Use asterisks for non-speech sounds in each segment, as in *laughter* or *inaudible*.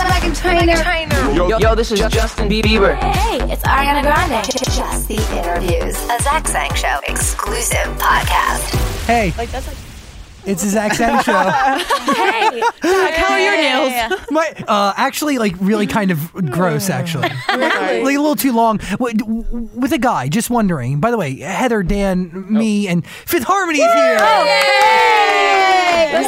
Entertainer. Yo, yo, this is Justin Bieber. Hey, it's Ariana Grande. Just the interviews. A Zach Sang Show exclusive podcast. Hey. Like that's like. It's a Zach Sang *laughs* show. How are your nails? My, uh, actually, like, really kind of gross, actually. *laughs* Like, a little too long. Wait, d- w- With a guy, just wondering. By the way, Heather, Dan, me, and Fifth Harmony is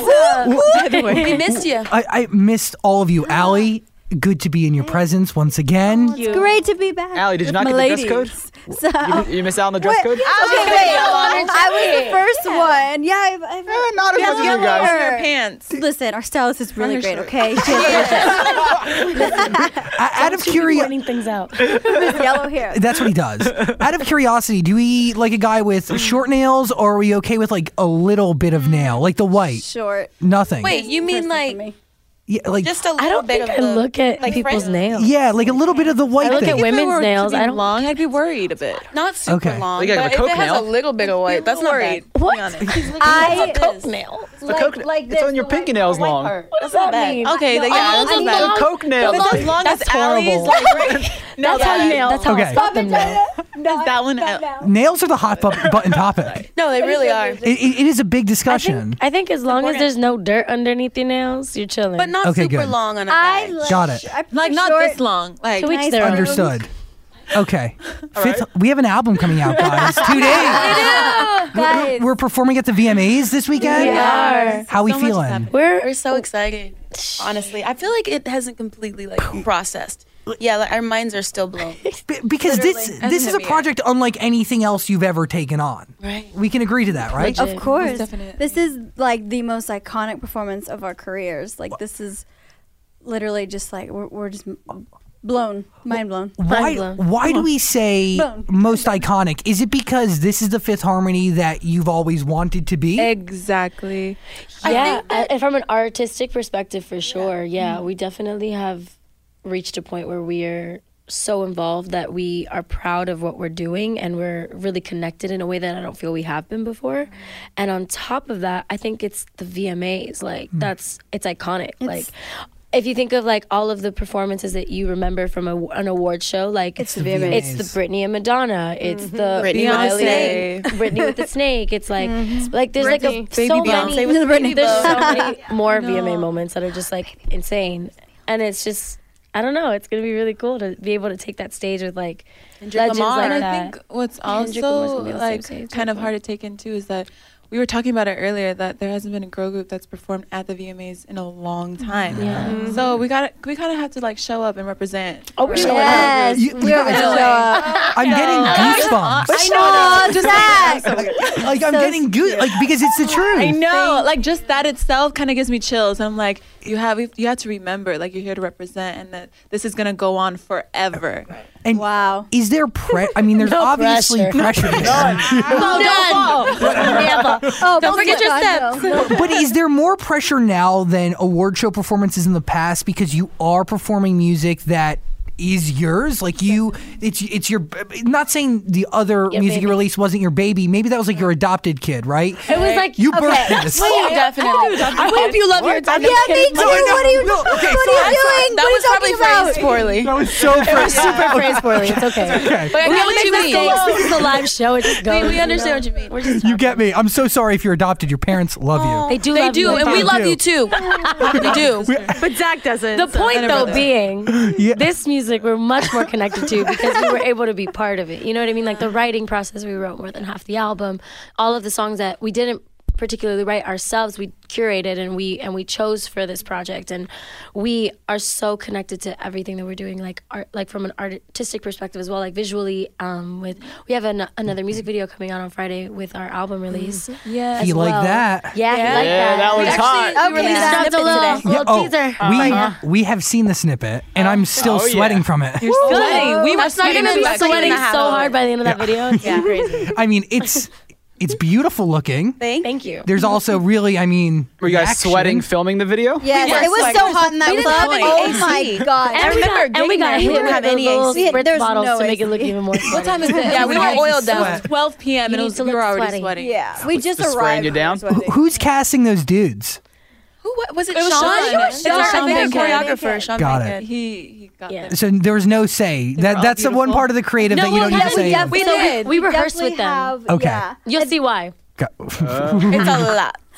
here. We missed you. I, I missed all of you. Allie, good to be in your presence once again. Oh, It's great to be back. Allie, did you not get the dress code? So, okay, You missed out on the dress code? wait. I was the first one. Yeah, I've, I've Eh, not as much as you guys. Her. Pants. Listen, our stylist is really her great. shirt. Okay, she has *laughs* Uh, out of curiosity, things out. yellow hair. that's what he does. out of curiosity, do we like a guy with short nails, or are we okay with like a little bit of nail, like the white? Short. Nothing. Wait, you mean like me. yeah, like just a little I don't bit think of I the, look at like people's French- nails. yeah, like a little bit of the white. I look at thing. If it women's were to nails, be I don't- long. I'd be worried a bit. Not super Okay. long. Like a but Coke if it has nail? a little bit of white, that's not bad. What? I Coke nail. Like, like it's on your pinky nails long. What does that mean? Okay, the, yeah, that's not bad. The coke nails. As long as That's Allie's horrible. like, right- no, That's how you. that, That's how Okay. I spot them now. that one out. Nails are the hot bu- *laughs* button topic. *laughs* No, they really are. It, it- it is a big discussion. I think as long as there's no dirt underneath your nails, you're chilling. *laughs* But not Okay, super good. long on a I guy. like, Got it. I prefer like not short. this long. Like to each nice their own. Understood. Okay. Fifth, we have an album coming out, guys. *laughs* Two days. Guys, We're performing at the VMAs this weekend. We are. How we So much is feeling? happening. We're We're so excited. Honestly, I feel like it hasn't completely like processed. Yeah, like our minds are still *laughs* blown. B- because this As this is a heavier. project unlike anything else you've ever taken on. Right. We can agree to that, right? of course, this is like the most iconic performance of our careers. Like this is literally just like we're, we're just blown, mind blown. Why Mind blown. why do we say Boom. most iconic? Is it because this is the Fifth Harmony that you've always wanted to be? Exactly. yeah, and from an artistic perspective, for sure. Yeah, Mm-hmm. we definitely have reached a point where we're so involved that we are proud of what we're doing and we're really connected in a way that I don't feel we have been before. And on top of that, I think it's the VMAs. Like that's Mm. it's iconic. like if you think of like all of the performances that you remember from a, an award show, like it's the VMAs. it's the Britney and Madonna, it's the Mm-hmm. Britney Miley- with the snake. Mm-hmm. Britney *laughs* with the snake. It's like like there's like a, Baby so Beyonce many with the Britney there's bow. so many *laughs* more VMA moments that are just like insane, and it's just I don't know. It's gonna be really cool to be able to take that stage with like legends Lamar. like and that. I think *laughs* what's Kendrick Lamar's also gonna be on the same stage like kind of with hard to take in too is that we were talking about it earlier that there hasn't been a girl group that's performed at the VMAs in a long time. Mm-hmm. Yeah. So we got to we kind of have to like show up and represent. oh, we're showing up. Yes, You- we're gonna guys- show up. I'm getting goosebumps. I Oh, know, *laughs* Zach. like I'm getting goose like because it's the truth. I know, like just that itself kind of gives me chills. I'm like, you have you have to remember, like you're here to represent, and that this is gonna go on forever. And Wow. Is there pre I mean there's No obviously pressure, pressure. there. Oh, don't forget your steps. *laughs* but is there more pressure now than award show performances in the past because you are performing music that is yours like you it's it's your not saying the other music you baby. Oh, released wasn't your baby maybe that was like your adopted kid right It was *laughs* like you birthed *laughs* this Definitely. I hope you love your time. Yeah, me too. No, I know. What are you, No, okay, what are you doing? That what are you was probably talking about? phrased poorly. that was so *laughs* fresh Super phrase poorly. It's okay. okay *laughs* But I get what you mean. This is a live show. It just goes. We you understand what know? you mean. We're just you get me i'm so sorry if you're adopted your parents love you They do. They Oh, love do, you. and we do. love you too. *laughs* they do. But Zach doesn't. The point, though, being *laughs* Yeah. this music we're much more connected to because we were able to be part of it. You know what I mean? Like the writing process, we wrote more than half the album. All of the songs that we didn't particularly write ourselves, we curated and we and we chose for this project. And we are so connected to everything that we're doing, like art, like from an artistic perspective as well, like visually. Um, with we have an, another music video coming out on Friday with our album release. Yeah. as You like well. that? Yeah, yeah, like Yeah, that. that was hot. We released Yeah. a Dropped a snippet little, today. little oh, teaser. we we have seen the snippet and i'm still Oh, yeah. sweating from it Good. We were That's not gonna sweating be back then. sweating so hard by the end of that video. *laughs* i mean it's it's beautiful looking Thank you. There's also really, I mean, Were you guys action. sweating filming the video? Yes, were it was sweating. so hot in that We didn't club. have any Oh AC. my god. And we remember got, and we getting there, got we hit didn't with have those any little AC. spritz There's bottles no to make it AC. look even *laughs* more. What time is it? Yeah, we were oiled down. sweat. 12 p.m. You and it need was, to we were look already sweaty. sweating. Yeah, we just just spraying arrived. you down? Who's casting those dudes? *laughs* Who what, was it? It was Sean. Sean. It's Sean our Sean Sean Baker. choreographer, Sean Got Bankhead. it. He he got Yeah. there. So there was no say. That all that's the one beautiful. part of the creative that you well, don't yeah, even say. def- So we- we rehersed with definitely them. Have, Okay. Yeah. You'll see why. Go- Uh. It's a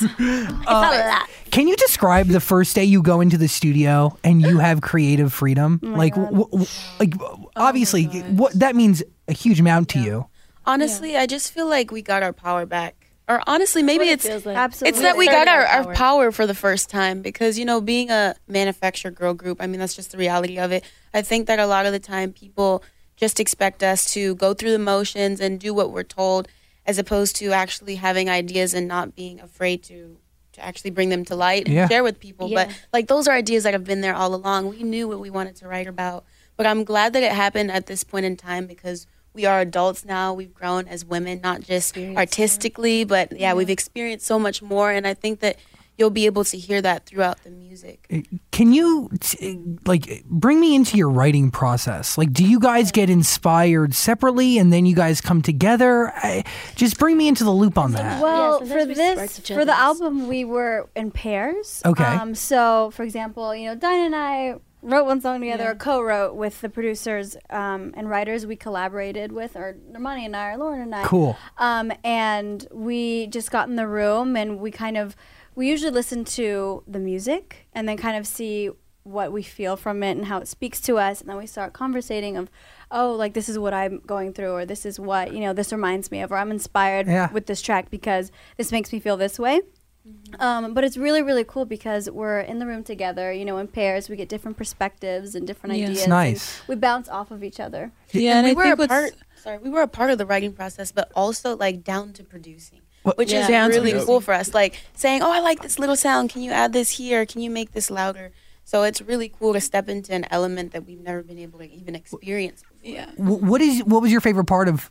*laughs* lot. *laughs* Can you describe the first day you go into the studio and you have creative freedom? like, w- w- like obviously, what that means a huge amount to you. Honestly, I just feel like we got our power back. Or honestly, maybe what it it's feels like. Absolutely. it's that we Started got our, our our power for the first time because you know being a manufactured girl group i mean that's just the reality of it i think that a lot of the time people just expect us to go through the motions and do what we're told as opposed to actually having ideas and not being afraid to to actually bring them to light and Yeah. share with people Yeah. but like those are ideas that have been there all along we knew what we wanted to write about but i'm glad that it happened at this point in time because we are adults now we've grown as women not just artistically but yeah, we've experienced so much more and i think that you'll be able to hear that throughout the music Can you t- like bring me into your writing process? Like, do you guys get inspired separately and then you guys come together? I, just bring me into the loop on that. Well, sometimes for we spark this, each for the other's. album, we were in pairs. Okay. Um, so, for example, you know, Dinah and I wrote one song together, or co-wrote with the producers um, and writers we collaborated with, or Normani and I, or Lauren and I. Cool. Um, and we just got in the room, and we kind of, we usually listen to the music, and then kind of see what we feel from it and how it speaks to us, and then we start conversating of. Oh, like this is what I'm going through, or this is what, you know, this reminds me of, or I'm inspired Yeah. with this track because this makes me feel this way. Mm-hmm. Um, but it's really, really cool because we're in the room together, you know, in pairs. We get different perspectives and different Yeah. It's ideas. and nice. We bounce off of each other. Yeah, and we I were think a what's- part sorry we were a part of the writing process but also like down to producing which Yeah. is Down to really producing. cool for us like saying oh i like this little sound can you add this here can you make this louder so it's really cool to step into an element that we've never been able to even experience yeah. Wh- what is what was your favorite part of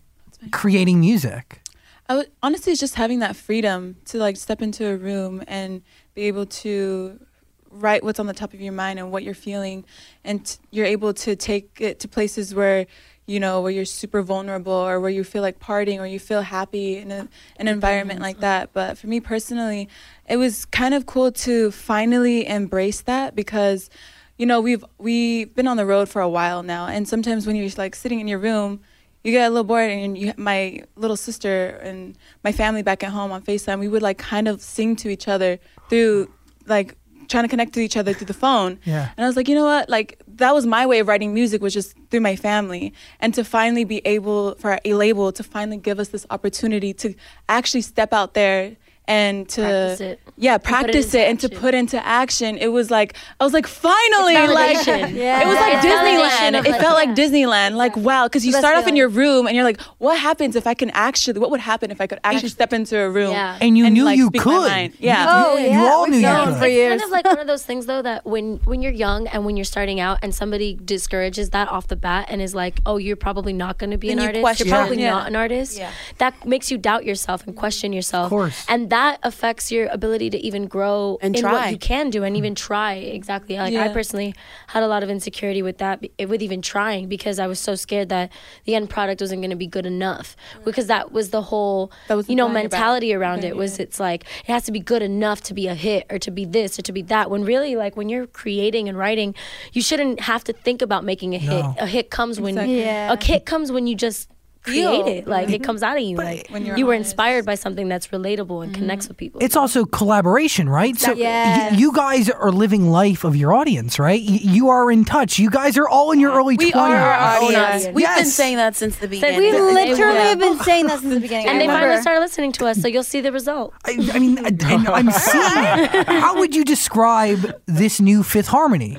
creating music? I would, honestly it's just having that freedom to like step into a room and be able to write what's on the top of your mind and what you're feeling, and t- you're able to take it to places where you know where you're super vulnerable or where you feel like partying or you feel happy in a, an environment like that. But for me personally, it was kind of cool to finally embrace that because you know we've we've been on the road for a while now, and sometimes when you're like sitting in your room you get a little bored and you, my little sister and my family back at home on facetime we would like kind of sing to each other through like trying to connect to each other through the phone Yeah. and i was like you know what like that was my way of writing music was just through my family and to finally be able for a label to finally give us this opportunity to actually step out there and to Practice it. yeah And put it practice it, into and to action. put into action it was like i was like finally like validation. it was like It's validation disneyland of, it like, felt like disneyland like wow because you Best start off in feeling. your room and you're like what happens if i can actually what would happen if i could actually step into a room Yeah. And you knew Uh, like, you speak my could. mind? yeah Oh, you, yeah, you all we've knew known you for could. It's kind of like one of those things though that when when you're young and when you're starting out and somebody discourages that off the bat and is like, "Oh, you're probably not going to be Then an you artist. question. You're probably Yeah. not an artist." Yeah. That makes you doubt yourself and question yourself. Of course. And that affects your ability to even grow And in try. what you can do and even try. Exactly. Like I Yeah. personally had a lot of insecurity with that be- with even trying because I was so scared that the end product wasn't going to be good enough because that was the whole That was the you know thing about- mentality around it was it's like it has to be good enough to be a hit or to be this or to be that when really like when you're creating and writing you shouldn't have to think about making a No. hit a hit comes when Exactly. Mm-hmm. Yeah. a hit comes when you just create it like it comes out of you like When you're you were honest. Mm-hmm. inspired by something that's relatable and connects with people It's also collaboration, right? So y- Yes. you guys are living life of your audience, right? Y- you are in touch. You guys are all in your early we 20s. are our own audience, audience. we've been Yes. saying that since the beginning We Yeah. literally Yeah. have been saying that since the beginning. and I they finally remember. started listening to us so you'll see the result I, I mean, I- and I'm seeing. How would you describe this new Fifth Harmony?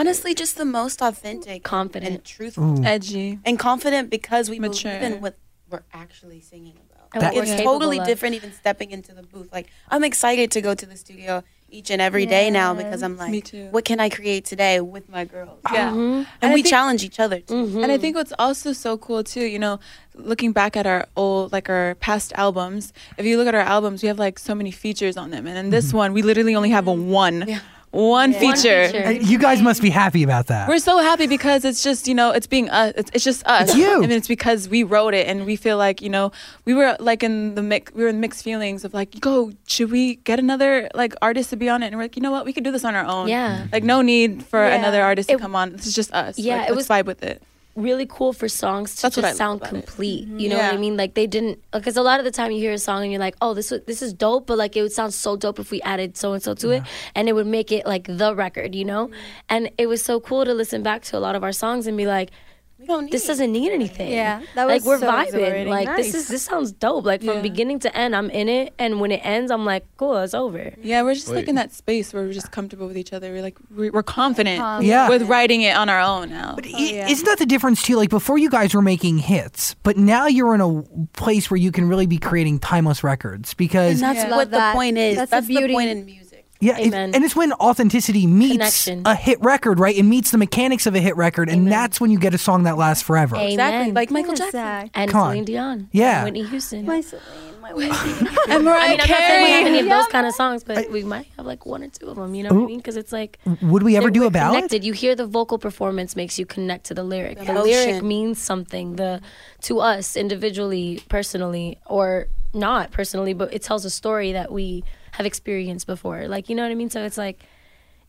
honestly just the most authentic Confident. and truthful edgy and confident because we believe Mature. in what we're actually singing about. And what Like, we're it's capable totally of. different even stepping into the booth. Like I'm excited to go to the studio each and every day now because I'm like, Me too. what can I create today with my girls? yeah And Mm. I we think- challenge each other. too. And I think what's also so cool too, you know, looking back at our old like our past Mm-hmm. albums, if you look at our albums, we have like so many features on them. And in this one, we literally only have a one one, feature. feature. Uh, You guys must be happy about that. We're so happy because it's just you know it's being us. It's, it's just us. It's you. I mean, it's because we wrote it, and we feel like you know we were like in the mix. We were in mixed feelings of like, go, should we get another like artist to be on it? And we're like, you know what, we could do this on our own. Yeah. Like no need for Yeah. another artist It- to come on. This is just us. Yeah, Like, it let's was- vibe with it. really cool for songs to That's what I just love sound about it. complete. Mm-hmm. You know what I Yeah. mean? Like they didn't because a lot of the time you hear a song and you're like, oh, this wa- this is dope, but like it would sound so dope if we added so and so to it, and it would make it like the record. You know? Mm-hmm. And it was so cool to listen back to a lot of our songs and be like. This doesn't need anything. Yeah, that like was we're so vibing. exhilarating. Like Nice. this is this sounds dope. Like from beginning to end, I'm in it, and when it ends, I'm like, cool, it's over. Yeah, we're just like Wait. in that space where we're just comfortable with each other. We're like we- we're confident Yeah. with writing it on our own now. Oh, But i- isn't that the difference too? Like before, you guys were making hits, but now you're in a place where you can really be creating timeless records because And that's Yeah. what Love that. the point is. That's That's, the the, beauty. point in music. yeah, it- Amen. and it's when authenticity meets Connection. a hit record, right? It meets the mechanics of a hit record, and that's when you get a song that lasts forever. Amen. Exactly. Like Michael Yes, Jackson. Zach. and Come on. Celine Dion, Yeah. and Whitney Houston. My Celine, my Whitney. and Mariah I mean, I'm not saying we have *laughs* Carey. any of those kind of songs, but we might have like one or two of them. You know what I mean? Because it's like Would we ever they're- do we're a ballad? Connected. You hear the vocal performance makes you connect to the lyric. The, emotion. lyric means something. The to us individually, personally, or not personally, but it tells a story that we have experienced before. Like you know what I mean? So it's like.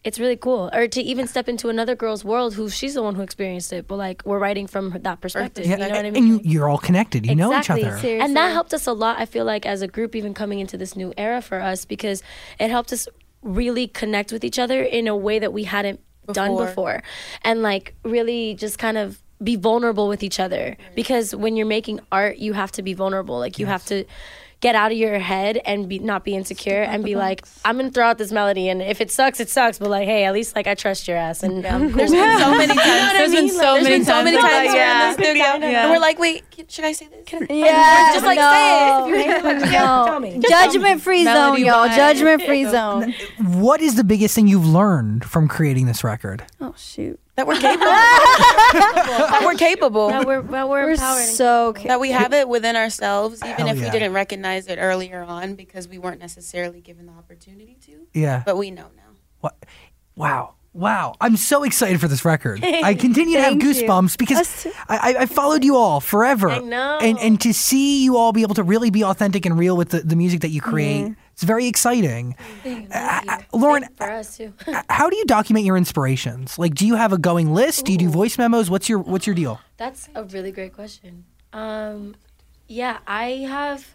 It's really cool, or to even step into another girl's world who she's the one who experienced it, but like we're writing from her, that perspective. Yeah, You know what I mean? and you, you're all connected. You exactly. know each other. And that helped us a lot, I feel like, as a group, even coming into this new era for us, because it helped us really connect with each other in a way that we hadn't done Before. before. And like really just kind of be vulnerable with each other. Because when you're making art, you have to be vulnerable. Like you have to get out of your head and be not be insecure and be like, I'm gonna throw out this melody and if it sucks, it sucks. But like, hey, at least like I trust your ass and *laughs* um, There's been so many times. There's been so many many times. times. we're Like, in yeah. the studio, and we're like, wait, can, should I say this? Yeah, Just, like, no. No. Judgment free zone, Melody y'all. wise. Judgment free zone. What is the biggest thing you've learned from creating this record? Oh shoot, That we're *laughs* capable. that we're capable. that we're, that we're we're empowered. and so ca- That we have it within ourselves, even Hell if yeah. we didn't recognize it earlier on because we weren't necessarily given the opportunity to. Yeah. But we know now. What? Wow. Wow. I'm so excited for this record. I continue to have Thank you. goosebumps because I, I, I followed you all forever. I know. And, and to see you all be able to really be authentic and real with the, the music that you create, it's very exciting. Uh, uh, Lauren, for us *laughs* too. uh, how do you document your inspirations? Like, do you have a going list? Do you do voice memos? What's your What's your deal? That's a really great question. Um, yeah, I have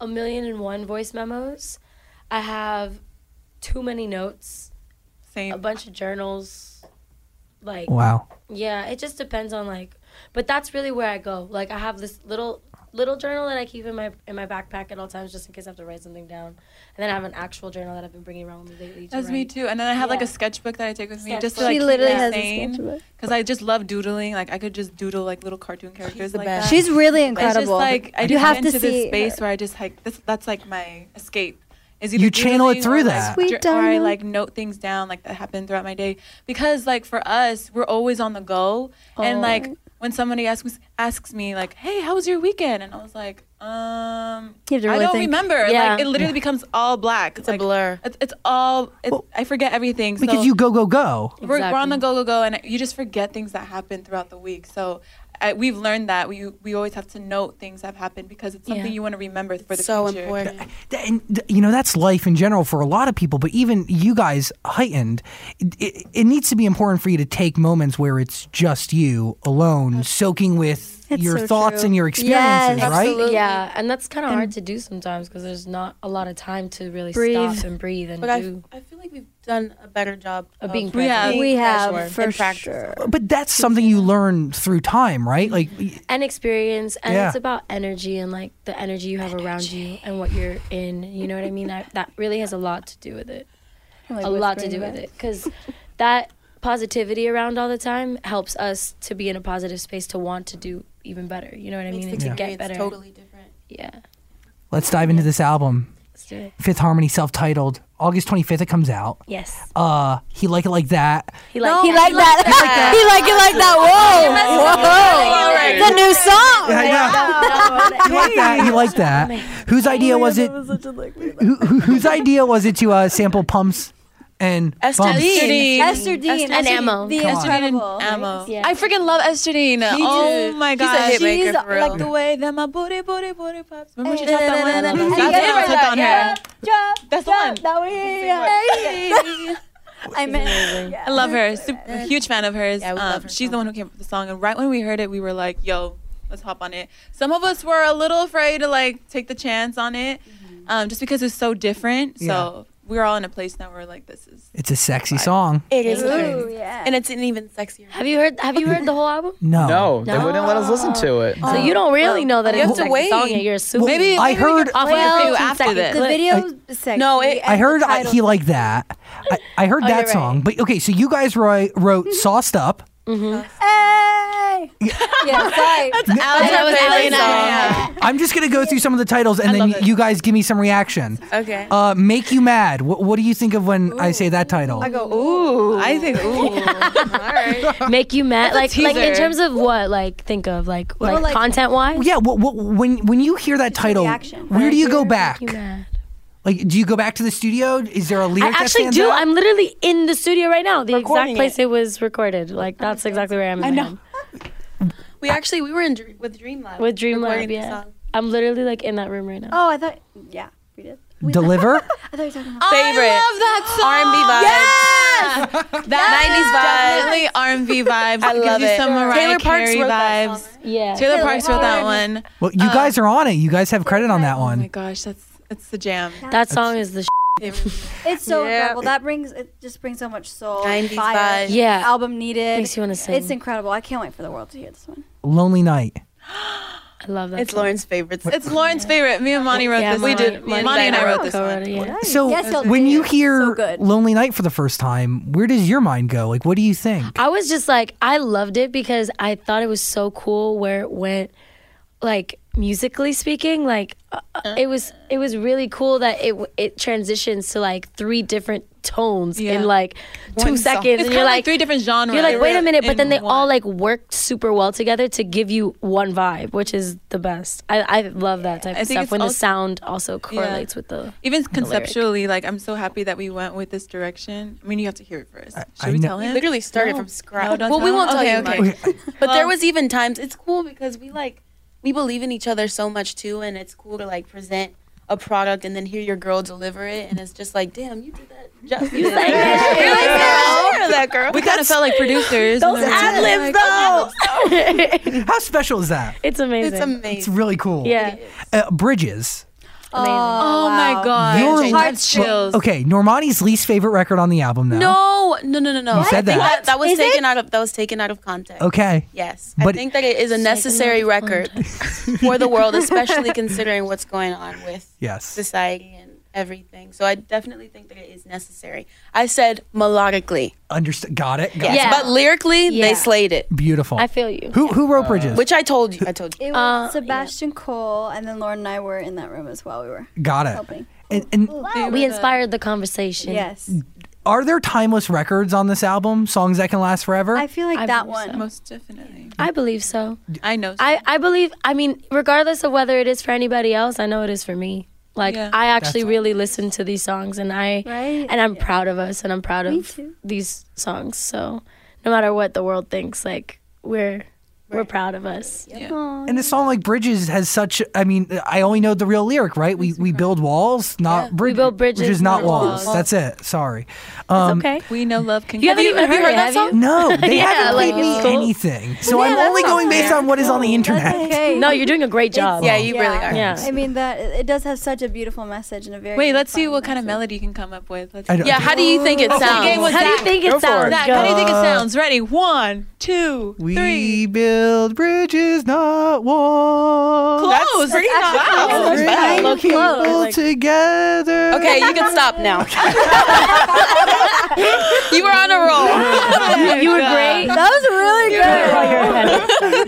a million and one voice memos. I have too many notes, a Same. bunch of journals. Like, Wow. yeah, it just depends on like, but that's really where I go. Like, I have this little little journal that I keep in my in my backpack at all times, just in case I have to write something down. And then I have an actual journal that I've been bringing around with me lately. To That's write. me too. And then I have like Yeah. a sketchbook that I take with me just to Sketchbook. like she keep literally it has a sane. sketchbook. Because I just love doodling. Like I could just doodle like little cartoon characters. the like best. That. She's really It's incredible. just like I you just have get into to see this space her. where I just like this, that's like my escape. Is You channel it doodling through or, like, that. Sweet dr- or I darling. like note things down like that happened throughout my day because like for us we're always on the go Oh. and like when somebody asks asks me like hey how was your weekend and I was like um You have to I really don't think. remember Yeah. like it literally becomes all black it's a blur. it's, it's all it's, I forget everything Because so, you go, go, go. we're, we're Exactly. on the go go go and you just forget things that happen throughout the week so I, we've learned that we we always have to note things that have happened because it's something Yeah. you want to remember for the So future. important. Th- and th- you know that's life in general for a lot of people but even you guys heightened it, it, it needs to be important for you to take moments where it's just you alone soaking with It's your so thoughts true. and your experiences Yes. right Absolutely. Yeah, and that's kind of hard to do sometimes because there's not a lot of time to really Breathe. stop and breathe and But I, do. I feel like we've done a better job Of being We have- we have pressure for and practice. sure. but that's something you learn through time right like y- and experience and Yeah. it's about energy and like the energy you have around you and what you're in you know what i mean that, that really has a lot to do with it I'm, like, a lot to do whispering with back. it because that positivity around all the time helps us to be in a positive space to want to do even better you know what i mean and Makes to the get better experience totally different. yeah let's dive into this album let's do it fifth harmony self-titled august 25th it comes out yes uh he like it like that he like He like that. he like it like that. Whoa, whoa! It's a new song. I know. *laughs* Oh you like that you like that whose idea was it who, who- whose idea was it to uh, sample pumps and Esther bumps. Lee. Dean. Esther Dean. And Esther Dean, Ammo. The Come on. incredible. Ammo. Yeah. I freaking love Estherine. Oh my god. She's a hit maker for real. like the way that my booty, booty, booty pops. Remember she Hey, dropped that na, na, one? na, na, na, That's na. it, I Yeah. dropped on her. Drop, That's the drop, one. That way, yeah. I meant. I love her. Super, huge fan of *laughs* hers. Yeah, we um, love her she's so the one who came up with the song, and right when we heard it, we were like, "Yo, let's hop on it." Some of us were a little afraid to like take the chance on it, Mm-hmm. um, just because it's so different. So we're all in a place now where we're like, "This is." It's a sexy song. It is, Ooh, yeah. and it's an even sexier. Have you heard? Have you heard the whole album? No. No, they wouldn't let us listen to it. So you don't really know that You it's have a to sexy wait. song. Yet. You're assuming. Maybe, I maybe we heard- could play a few after seconds. this. the video. sexy. No, it- I heard the I, title he liked that. I, I heard that Oh, you're Mm-hmm. song, but okay. So you guys wrote, wrote "Sauced Up." *laughs* Hey! yeah, *laughs* sorry. That's That what was Allie and I- Allie I'm just gonna go through some of the titles, and then you guys give me some reaction. Okay. Uh, "Make You Mad." What, what do you think of when I say that title? go, ooh. I *laughs* think, *laughs* ooh. Make you mad? Like, like in teaser. terms of what? Like, think of like, like, like- content wise. Oh, yeah. What, what, when when you hear that title, reaction. where do you go back? Make you mad. Like, do you go back to the studio? Is there a I lyric? that actually stands do. out? I'm literally in the studio right now, the Recording exact place it. was recorded. Like that's exactly where I am. I know. we actually we were in Dr- with Dream Lab. With Dream Lab, recording the yeah. song. I'm literally like in that room right now. Oh, I thought. Yeah, we did. *laughs* We- Deliver. *laughs* I thought you were talking about. Favorite. I love that R&B song. vibes. *laughs* That 90s vibes. *laughs* is definitely R&B vibes. I love gives it. you some Mariah Taylor Parks Carey wrote that vibes. song, right? Yeah. Taylor Parks wrote that one. well, you guys Um, are on it. You guys have credit on that Oh my one. gosh, that's it's the jam. that song is the. Sh- It's so Yeah. incredible. That brings it just brings so much soul. 90s fire. vibes. Yeah. Album needed. Makes you wanna sing. It's incredible. I can't wait for the world to hear this one. Lonely Night. I love that. It's song. Lauren's favorite. song. It's Lauren's favorite. Me and Monty wrote Yeah, this. Monty- one. Monty, Monty and I wrote this co-wrote one. it, yeah. So Yes, I'll when do. you So hear good. "Lonely Night" for the first time, where does your mind go? Like, what do you think? I was just like, I loved it because I thought it was so cool where it went, like musically speaking, like uh, uh, Uh-huh. it was it was really cool that it w- it transitions to like three different tones Yeah. in like two One song. seconds, It's and kinda you're like like, three different genres. You're like, wait a minute, but in then they all one. like worked super well together to give you one vibe, which is the best. I I love that type I of think stuff it's when also- the sound also correlates with the. Even lyric. conceptually, like I'm so happy that we went with this direction. I mean, you have to hear it first. Should I we know- tell We him? literally started No. from scratch. No, don't well, tell we him. won't tell Okay, you okay. much. But there Well- was even times it's cool because we like we believe in each other so much too, and it's cool to like present a product and then hear your girl deliver it, and it's just like, damn, you did that. Just, you sang that. shit. Really, girl? that girl. We kind of felt like producers. and Those then we're ad libs, like, though. How special is that? *laughs* it's amazing. It's It's amazing. really cool. yeah, Uh, Bridges. amazing. Oh my Uh, god. Your Your heart- heart's chills. Okay, Normani's least favorite record on the album now. No, no, no, no, no. You said I that. think that, that was Is taken out of that was taken out of context. Okay. Yes, But- I think that it is a necessary record *laughs* for the world, especially considering what's going on with Yes. society and everything. So I definitely think that it is necessary. I said melodically, Understood. Got it. Got yes, it. Yeah. but lyrically Yeah. they slayed it, Beautiful. I feel you. who who wrote Bridges? which I told you. I told you. It Uh, was Sebastian Cole, and then Lauren and I were in that room as well. We were Got it. helping. And, and We inspired the conversation. Yes. are there timeless records on this album? Songs that can last forever? I feel like I that believe one. Most definitely. I believe so. I know. I, I believe, I mean, regardless of whether it is for anybody else, I know it is for me. Like, Yeah. I actually really listen to these songs and I, Right. and I'm proud of us and I'm proud Me of too. these songs. So no matter what the world thinks, like, we're, we're proud of us. and a song like Bridges has such I mean, I only know the real lyric, right? We we build walls, not bridges. build bridges, Bridges, not not walls. walls. That's it. Sorry. Um, okay. we know love can You haven't even heard, it, have you? *laughs* No, they Yeah, haven't like, played me it's cool. anything. So I'm only that's going okay. based on what is on the internet. Okay. No, you're doing a great job. yeah, you really are. Yeah. I mean that it does have such a beautiful message and a very. Wait, let's see refined what kind of message. melody you can come up with. Let's I don't- Yeah, *laughs* how do you think it game sounds? was- How do you Zach, think go it for sounds? it. Zach, Go. how do you think it sounds? Ready? One, two, We three. build bridges, not walls. Close. Pretty Wow. wow. That's Bring low people together. Okay, you can stop *laughs* now. you were on *laughs* a roll. you were great. That was really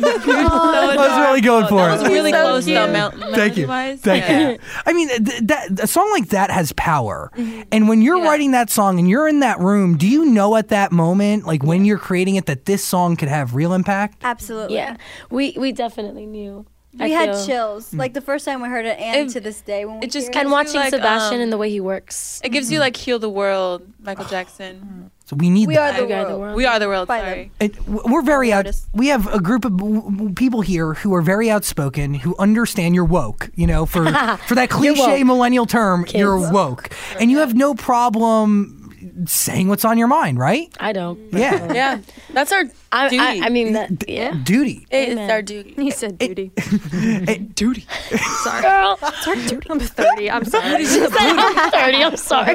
good. *laughs* I was really going for That was it. really close though. Mel- Thank you. melody-wise. Thank Yeah. you. I mean, th- that a song like that has power. And when you're writing that song and you're in that room, do you know at that moment, like Uh, when you're creating it, that this song could have real impact? Absolutely. Yeah, we we definitely knew We I had feel- chills. Like the first time we heard it, and It- to this day, when we it just hear kind And Gives you, watching like, Sebastian um, and the way he works. It gives you like heal the world, Michael Oh. Jackson. So we need we that. are the We are the world. world. We are the world. By Sorry. It, w- we're very out. Notice. We have a group of w- w- people here who are very outspoken, who understand you're woke. You know, for for that cliche woke. millennial term, you're woke, and you have no problem saying what's on your mind, right? I don't. Yeah, Yeah, that's our I, duty. *laughs* I, I mean, that, yeah. duty, it's our duty. *laughs* He said duty. duty. Girl, It's our duty. I'm 30. I'm sorry. *laughs* I'm 30. I'm sorry.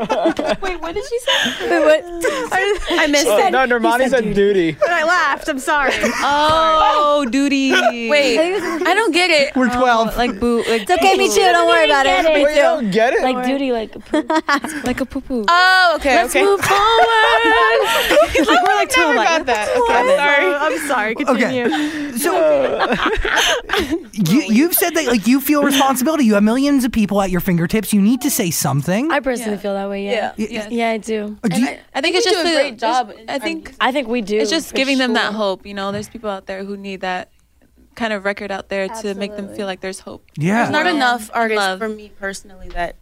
Wait, what did she say? I missed Oh, it. no, Normani said duty. And I laughed. I'm sorry. Oh, duty. *laughs* Wait, I don't get it. We're twelve. Oh, Like boo, like, It's okay, me too. Don't worry about it. Get it. Wait, you don't get it? Like duty, like like a poo poo. *laughs* Oh, okay, let's okay. *laughs* move forward. We're like 12. like, got that. I'm Okay. *laughs* sorry. I'm sorry. Continue. *laughs* So you you've said that like you feel responsibility. You have millions of people at your fingertips. You need to say something. I personally feel that way. Yeah. Y- Yeah. Yeah, I do. Do you- I think we it's do just a the- great job just- in I our think I think we do. it's just for giving them that sure. hope. You know, there's people out there who need that kind of record out there to make them feel like there's hope. yeah. There's not enough artists Love. for me personally that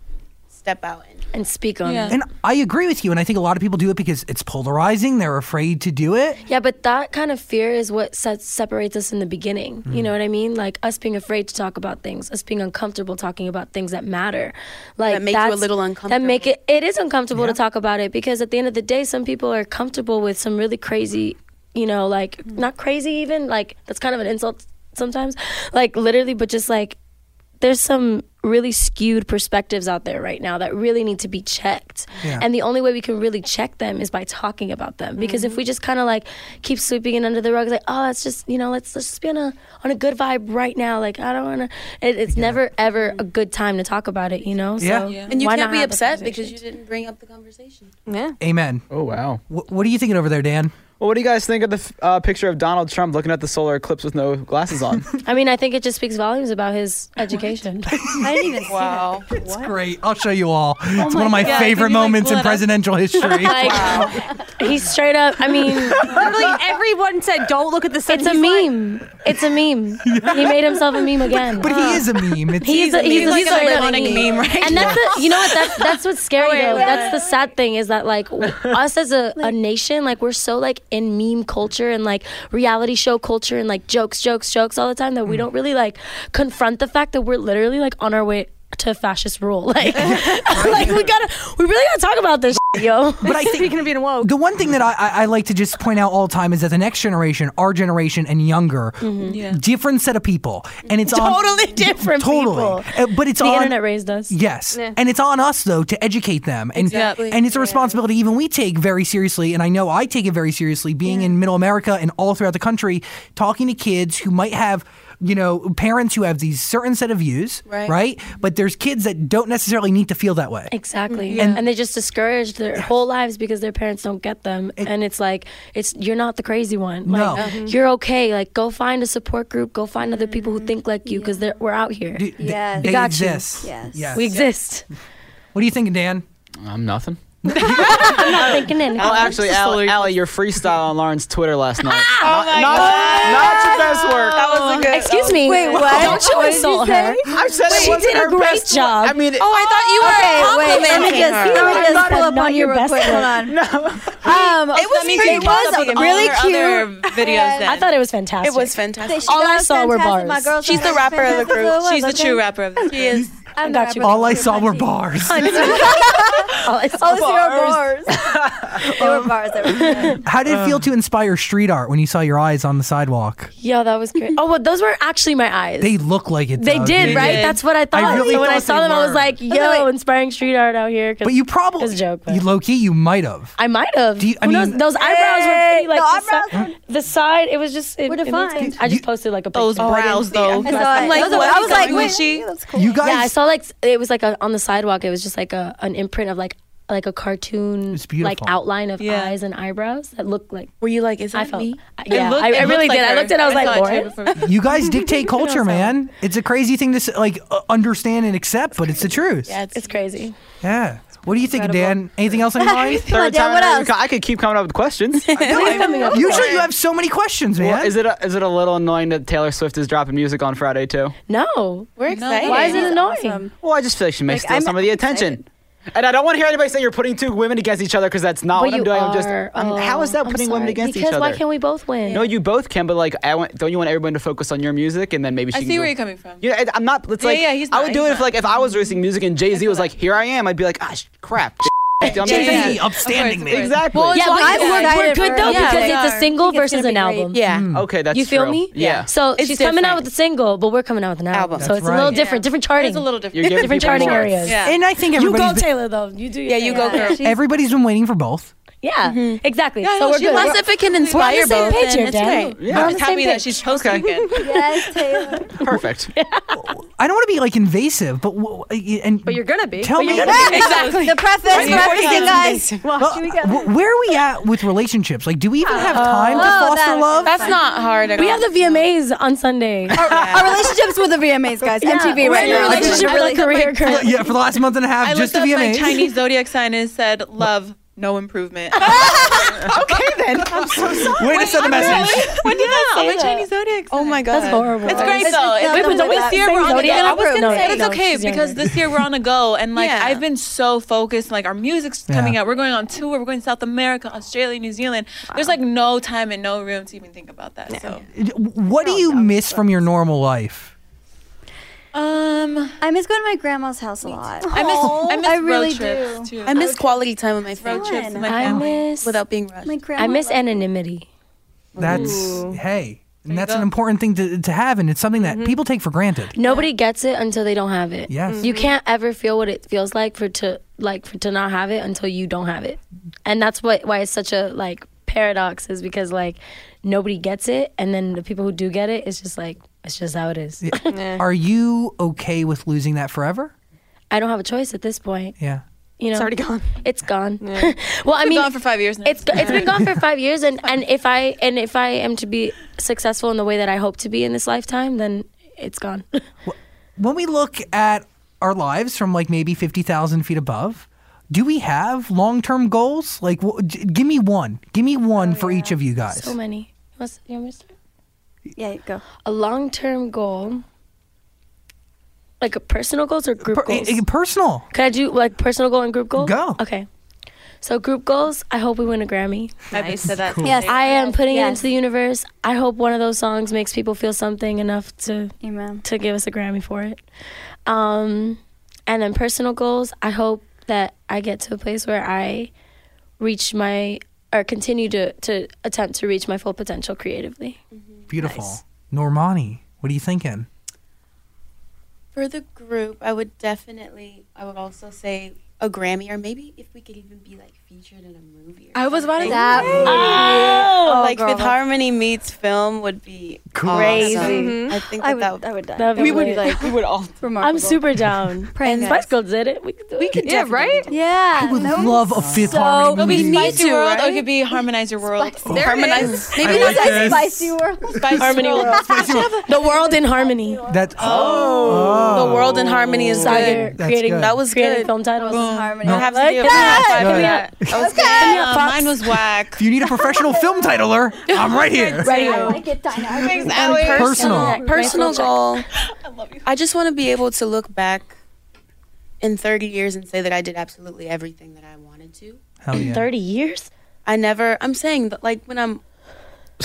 step out and and speak on Yeah. it. and I agree with you, and I think a lot of people do it because it's polarizing. They're afraid to do it. Yeah, but that kind of fear is what sets, separates us in the beginning. You know what I mean? Like us being afraid to talk about things, us being uncomfortable talking about things that matter. Like That make you a that's- little That make uncomfortable. it it is uncomfortable to talk about it because at the end of the day, some people are comfortable with some really crazy, you know, like not crazy even like that's kind of an insult sometimes, like literally, but just like there's some really skewed perspectives out there right now that really need to be checked. Yeah. And the only way we can really check them is by talking about them. Because Mm-hmm. if we just kind of like keep sweeping it under the rug, like, oh, it's just, you know, let's, let's just be on a, on a good vibe right now. Like, I don't want to, it, it's never ever a good time to talk about it, you know? So Yeah. Yeah. and you why can't not be have the upset conversation? because you didn't bring up the conversation. Yeah. Amen. Oh, wow. Wh- what are you thinking over there, Dan? Well, what do you guys think of the f- uh, picture of Donald Trump looking at the solar eclipse with no glasses on? I mean, I think it just speaks volumes about his education. I didn't even see that. It's great. I'll show you all. it's one of my God, favorite can you, like, moments pull in it up? presidential *laughs* history. like, he's straight up, I mean, Literally everyone said, don't look at the sun. it's a He's like, meme. it's a meme. He made himself a meme again. but he is a meme. It's, He's, a, he's, meme. a, He's like a straight up living meme right And that's the, you know what that's that's what's scary though. that's the sad thing is that like w- us as a, a nation like we're so like in meme culture and like reality show culture and like jokes jokes jokes all the time Mm. that we don't really like confront the fact that we're literally like on our way to fascist rule. *laughs* Like like we gotta we really gotta talk about this shit, yo. but I think Speaking of being woke, the one thing that I, I, I like to just point out all the time is that the next generation, our generation, and younger, Yeah. different set of people, and it's Mm-hmm. Totally on, different totally. people. Uh, but it's The on internet raised us. Yes. And it's on us though to educate them. And Exactly. and it's a responsibility even we take very seriously and I know I take it very seriously being in middle America and all throughout the country talking to kids who might have you know parents who have these certain set of views, Right. But there's kids that don't necessarily need to feel that way. Exactly. And they just discouraged their whole lives because their parents don't get them. and it's like it's you're not the crazy one. No. Like Mm-hmm. you're okay. Like go find a support group, go find other people who Mm-hmm. think like you because they're we're out here. Dude, th- Yes. They We got you. exist. Yes. Yes. We exist. what are you thinking, Dan? I'm nothing. I'm not thinking anything. Oh, actually, Allie, Allie, your freestyle on Lauren's Twitter last night. not, not, not your best work. Oh, Excuse me. Wait, what? Don't you insult her. I said it She wasn't did her a great best job. work. I mean, Oh, I thought you were Wait, let me complimenting just, let her. me I just thought pull it up not on you your real best quick. Hold on. Um, it was pretty it was positive. really All her cute. *laughs* Other videos. Then. I thought it was fantastic. It was *laughs* They- fantastic. she All I goes saw were fantastic. My bars. girls She's are the rapper of the fantastic. group. That's what it She's the was, true okay? rapper of the group. I'm Got the you. rapper of All I the group. saw were Hunty. bars. all I saw. Oh, it's your bars. they were bars. They were good. How did it Uh. feel to inspire street art when you saw your eyes on the sidewalk? Yo, that was great. Oh, well, those were actually my eyes. They look like it. They though. did, right? did. That's what I thought. really so when I thought saw they them, I was were. like, yo, inspiring street art out here. 'cause But you probably It's a joke, but- you low key you might have. I might have. Do you- I Who mean- knows? Those eyebrows were Hey, pretty like the the, si- the side. It was just. It, We're it made sense. defined. I just You- posted like a Those picture. brows, though. I saw it. I'm like, Those are- what I is was like, going wait, with she? that's cool. You guys Yeah, I saw like s- it was like a, on the sidewalk. It was just like a an imprint of like like a cartoon It's beautiful. like outline of Yeah. eyes and eyebrows that looked like. Were you like, is I that felt. me? I- Yeah, looked- I, I looked really like did. I her. looked at. it. I was saw like, it too Lauren. before. *laughs* You guys dictate culture, man. It's a crazy thing to s- like uh, understand and accept, but it's the truth. Yeah, it's, It's crazy. Yeah. What do you think, Dan? Anything else on *laughs* your mind? Come on, Third Dan, time what I- else? I could keep coming up with questions. Usually you have so many questions, man. Well, is it a, is it a little annoying that Taylor Swift is dropping music on Friday too? No. We're excited. Why is it annoying? Well, I just feel like she may Like, steal I'm some of the attention. And I don't want to hear anybody say you're putting two women against each other because that's not But what I'm you doing. Are. Oh, I'm just I'm, how is that I'm putting women sorry. against because each other? why can't we both win? No, you both can, but like I want. Don't you want everyone to focus on your music and then maybe she I can see go- where you're coming from. You know, and I'm not. It's Yeah, like yeah, he's I not, would do he's it if not. like if I was releasing music and Jay Z was like, "Here I am," I'd be like, "Ah, sh- crap." *laughs* You know what I'm Yeah, saying? yeah, Hey, yeah. upstanding Of me. course, of course. Exactly. yeah, all but you we're, guys. we're good though Yeah, because they it's a are. single I think it's versus gonna an be album. Yeah. Okay, that's You feel true. me? Yeah. So It's she's coming out different. with a single, but we're coming out with an album. Album. So That's it's a little right. different, different charting. It's a little different. You're giving different people charting more. areas. Yeah. And I think You everybody's go, been, Taylor, though. You do your Yeah, you thing. go, girl. *laughs* everybody's been waiting for both. Yeah, exactly. Yeah, so I know, we're she good. loves We're- Plus, if it can we're on inspire the same both, page then here, it's Dan. great. Yeah. We're on I'm the happy same that page. she's hosting again. Yes, Taylor. *laughs* Perfect. I don't want to be like invasive, but w- w- and But you're gonna be. tell But me you're exactly. The preface for everything, guys. Well, w- where are we at with relationships? Like, do we even have time to Oh, foster that- love? That's not hard at We all. have the VMAs on Sunday. Our relationships with the VMAs, guys. MTV we're right in a now. relationship with our career currently. yeah, for the last month and a half, I just looked to up be my amazed. Chinese zodiac sign and it said love, no improvement. Way to *laughs* send a message. when did I say my that? Chinese zodiac sign? Oh my god. That's horrible. It's great though. It's- Wait, but don't we Same see her? We're on the zodiac. go. I was gonna No, say, but it's no, okay she's because younger. this year we're on a go and like Yeah. I've been so focused like our music's coming Yeah. out we're going on tour we're going to South America Australia New Zealand there's like no time and no room to even think about that so What do Oh, you miss from your normal life? um I miss going to my grandma's house a lot. I miss I miss I road really trips do. too I miss quality time with my road friends trips with my Fun. I family miss. without being rushed. My grandma. I miss loved- anonymity. That's hey, and you that's go. Mm-hmm. an important thing to, to have, and it's something that people take for granted. Nobody gets it until they don't have it. Yes. Mhm. You can't ever feel what it feels like for to like for to not have it until you don't have it. And that's what why it's such a like paradox is because like nobody gets it and then the people who do get it it's just like it's just how it is. Are you okay with losing that forever? *laughs* I don't have a choice at this point. Yeah. You know. It's already gone. It's gone. *laughs* well, I I've mean been gone for five years now It's it's been gone for five years, and, and if I and if I am to be successful in the way that I hope to be in this lifetime, then it's gone. *laughs* When we look at our lives from like maybe fifty thousand feet above, do we have long term goals? Like, wh- j- give me one. Give me Oh, one for each of you guys. so many. What's, you want me to start? Yeah, go. A long term goal, like a personal goals or group Per- goals. eh, eh, personal. Could I do like personal goal and group goal? Go. Okay. So group goals. I hope we win a Grammy. I've been said that Yes. I am putting it Yes. into the universe. I hope one of those songs makes people feel something enough to Amen. to give us a Grammy for it. Um, and then personal goals, I hope that I get to a place where I reach my or continue to, to attempt to reach my full potential creatively. Beautiful. Normani, what are you thinking? For the group, I would definitely, I would also say a Grammy, or maybe if we could even be like featured in a movie. Or I was about to something. That would be- uh, Oh, oh, like girl, Fifth that's- Harmony meets film would be Cool. crazy. Crazy. I think that, I would, that would, I would die. That'd be We would- lit. *laughs* like we would all remarkable. I'm super down. praying. Spice Girls did it. We could do it. Yeah, right? Yeah. I would that would- love a Fifth so Harmony It'll movie. be Spice to, Your World, or right? it could be Harmonize Your World. harmonize. Maybe like that's it. Yes. like Spicy world. Spice Harmony World. World. the world in harmony. That oh, the world in harmony is Saga good. That's creating good. That was creating good. film titles. Harmony. I have to Like do it. that. High five for Yeah. that. That was Yeah, good. Uh, mine *laughs* was whack. If you need a professional film titler, I'm right here. Right I here. like it dynamic. And Personal. personal Nice little goal. *laughs* I just want to be able to look back in 30 years and say that I did absolutely everything that I wanted to. Hell yeah. Thirty years. I never. I'm saying that like when I'm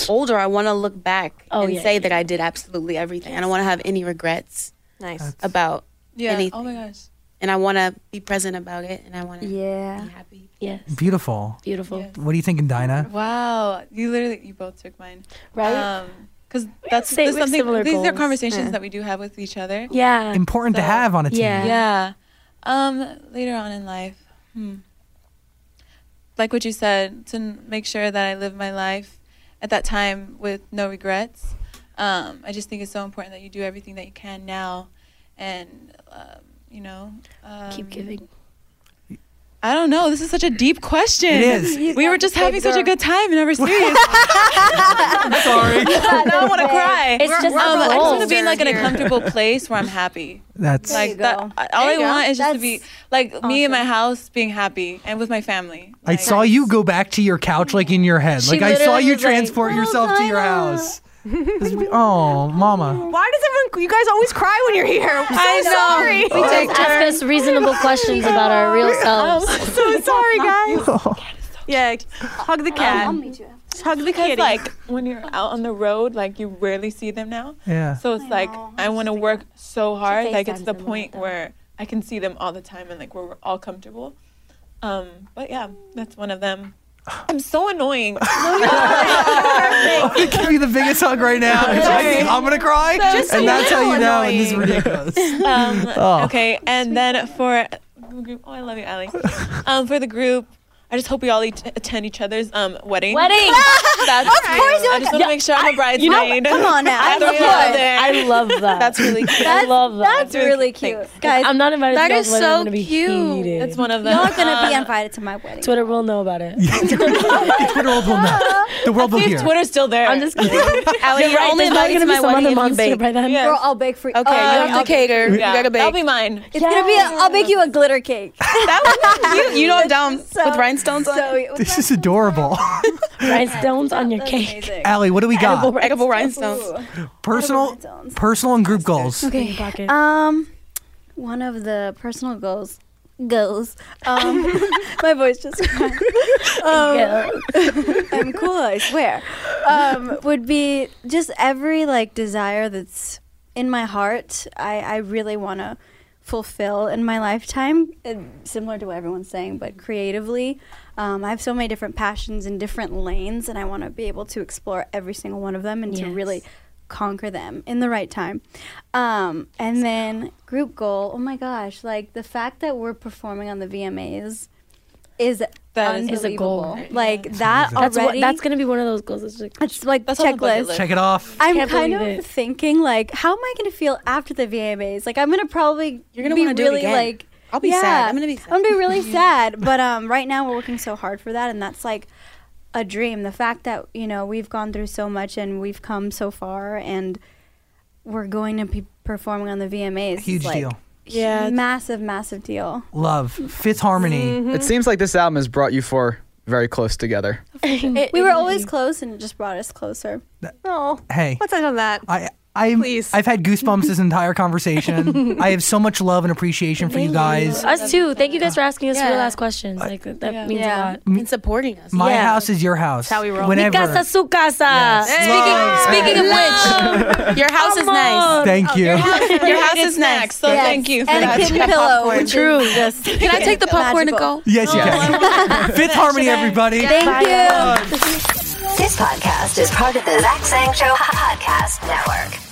older, I want to look back Oh, and yeah, say yeah, that I did absolutely everything. I don't want to have any regrets Nice. about, Yeah. Anything. Oh my gosh. and I want to be present about it, and I want to Yeah. be happy. Yes. Beautiful. Beautiful. What are you thinking, Dinah? Wow. You literally, you both took mine. Right. Um, Because that's, say that's we have something, similar these are goals. conversations that we do have with each other. yeah. Important to So- have on a team. Yeah. Yeah. Um, later on in life, hmm. like what you said, to n- make sure that I live my life at that time with no regrets. Um, I just think it's so important that you do everything that you can now, and um, you know, um, Keep giving. I I don't know. This is such a deep question. It is. *laughs* He's We got were the just big having such a girl. good time *laughs* and I was serious. Sorry. now I want to cry. It's just Um, I just want to goals be in like in a here. comfortable place where I'm happy. That's There you Like that, go. I- all There I you go. want is just to That's be like me in my house being happy and with my family. I Like, saw you go back to your couch like in your head. She Like I saw literally you was like, transport "Oh, yourself to your Dinah." house. *laughs* oh, mama. Why does everyone? You guys always cry when you're here. I'm so *laughs* sorry. We just ask us reasonable questions about our *laughs* real selves. so sorry, *laughs* guys. Yeah, hug the cat. Just hug the kitty. It's like when you're out on the road, like you rarely see them now. Yeah. So it's like I want to work so hard, like it's FaceTimes the them point all the time. where I can see them all the time and like where we're all comfortable. Um, but yeah, that's one *sighs* of them. I'm so annoying. *laughs* You give me the biggest hug right now. It's like, I'm gonna cry, and that's how you know. And this is *laughs* ridiculous. Um, *laughs* Oh. Okay, and then for the group, oh, I love *laughs* you, Allie. Um, for the group, I just hope we all eat, attend each other's um wedding. Wedding. *laughs* That's of course. I just want to make sure I'm a bridesmaid. you know, Come *laughs* on now. I throw That's it out cute. there. I love that. That's really cute. I love that. That's really cute. Guys, I'm not invited That to is y'all's wedding. so I'm gonna be cute. heated. That's one of them. y'all are going to be Um, invited to my wedding. Twitter will know about it. the Twitter world will know. The world will See hear. if Twitter's still there. I'm just kidding. You're *laughs* Allie, you're right. only There's probably invited gonna be to my some other wedding if you monster bake. *laughs* by then. *laughs* Yes. Girl, I'll bake for you. Okay, Oh, you have to *laughs* cater. You Yeah, gotta bake. That'll be mine. It's going to be, a, I'll bake you a glitter cake. That would be cute. You know I'm down So- Um, with rhinestones *laughs* on. so, So, This is adorable. Rhinestones on your That's cake. amazing. Allie, what do we got? Edible rhinestones. Ooh. Personal, Rhinestones. personal, and group goals. In your pocket. Um, one of the personal goals goals. Um, *laughs* my voice *laughs* just. cracked. um, I'm cool, I swear. Um, would be just every like desire that's in my heart. I I really want to fulfill in my lifetime. Uh, similar to what everyone's saying, but creatively. Um, I have so many different passions in different lanes, and I want to be able to explore every single one of them and to Yes. really conquer them in the right time. Um, and then group goal. Oh my gosh! Like the fact that we're performing on the VMAs is That is- unbelievable. is a goal. Like that That's what, already. that's gonna be one of those goals. It's like, it's like That's on the bucket checklist. list. Check it off. I'm Can't kind of believe it. thinking like, how am I going to feel after the VMAs? Like I'm going to probably You're gonna be wanna do it really again. like I'll be yeah. sad. I'm gonna be sad. *laughs* I'm gonna be really sad. But um, right now we're working so hard for that, and that's like a dream. The fact that you know we've gone through so much and we've come so far, and we're going to be performing on the VMAs. is, Huge like, deal. Yeah. massive, massive deal. Love. Fifth harmony. It seems like this album has brought you four very close together. we were always close, and it just brought us closer. oh, Hey, let's end on that. I. I'm, Please. I've had goosebumps this entire conversation. I have so much love and appreciation for you guys. Us too. Thank you guys for asking us for Yeah. your last questions. Like that means Yeah. a lot. And supporting us. My Yeah. house is your house. how we roll. Whenever. Casa su casa. Love. Speaking of *laughs* which, your house is nice. Thank you. *laughs* Your house is snacks. nice. So thank you for and that. a kitten pillow. which is True. *laughs* just- Can I take the popcorn to Magical. go? *laughs* Yes, you *laughs* can. Fifth harmony, everybody. Thank you. This *laughs* podcast is part of the Zach Sang Show Podcast Network.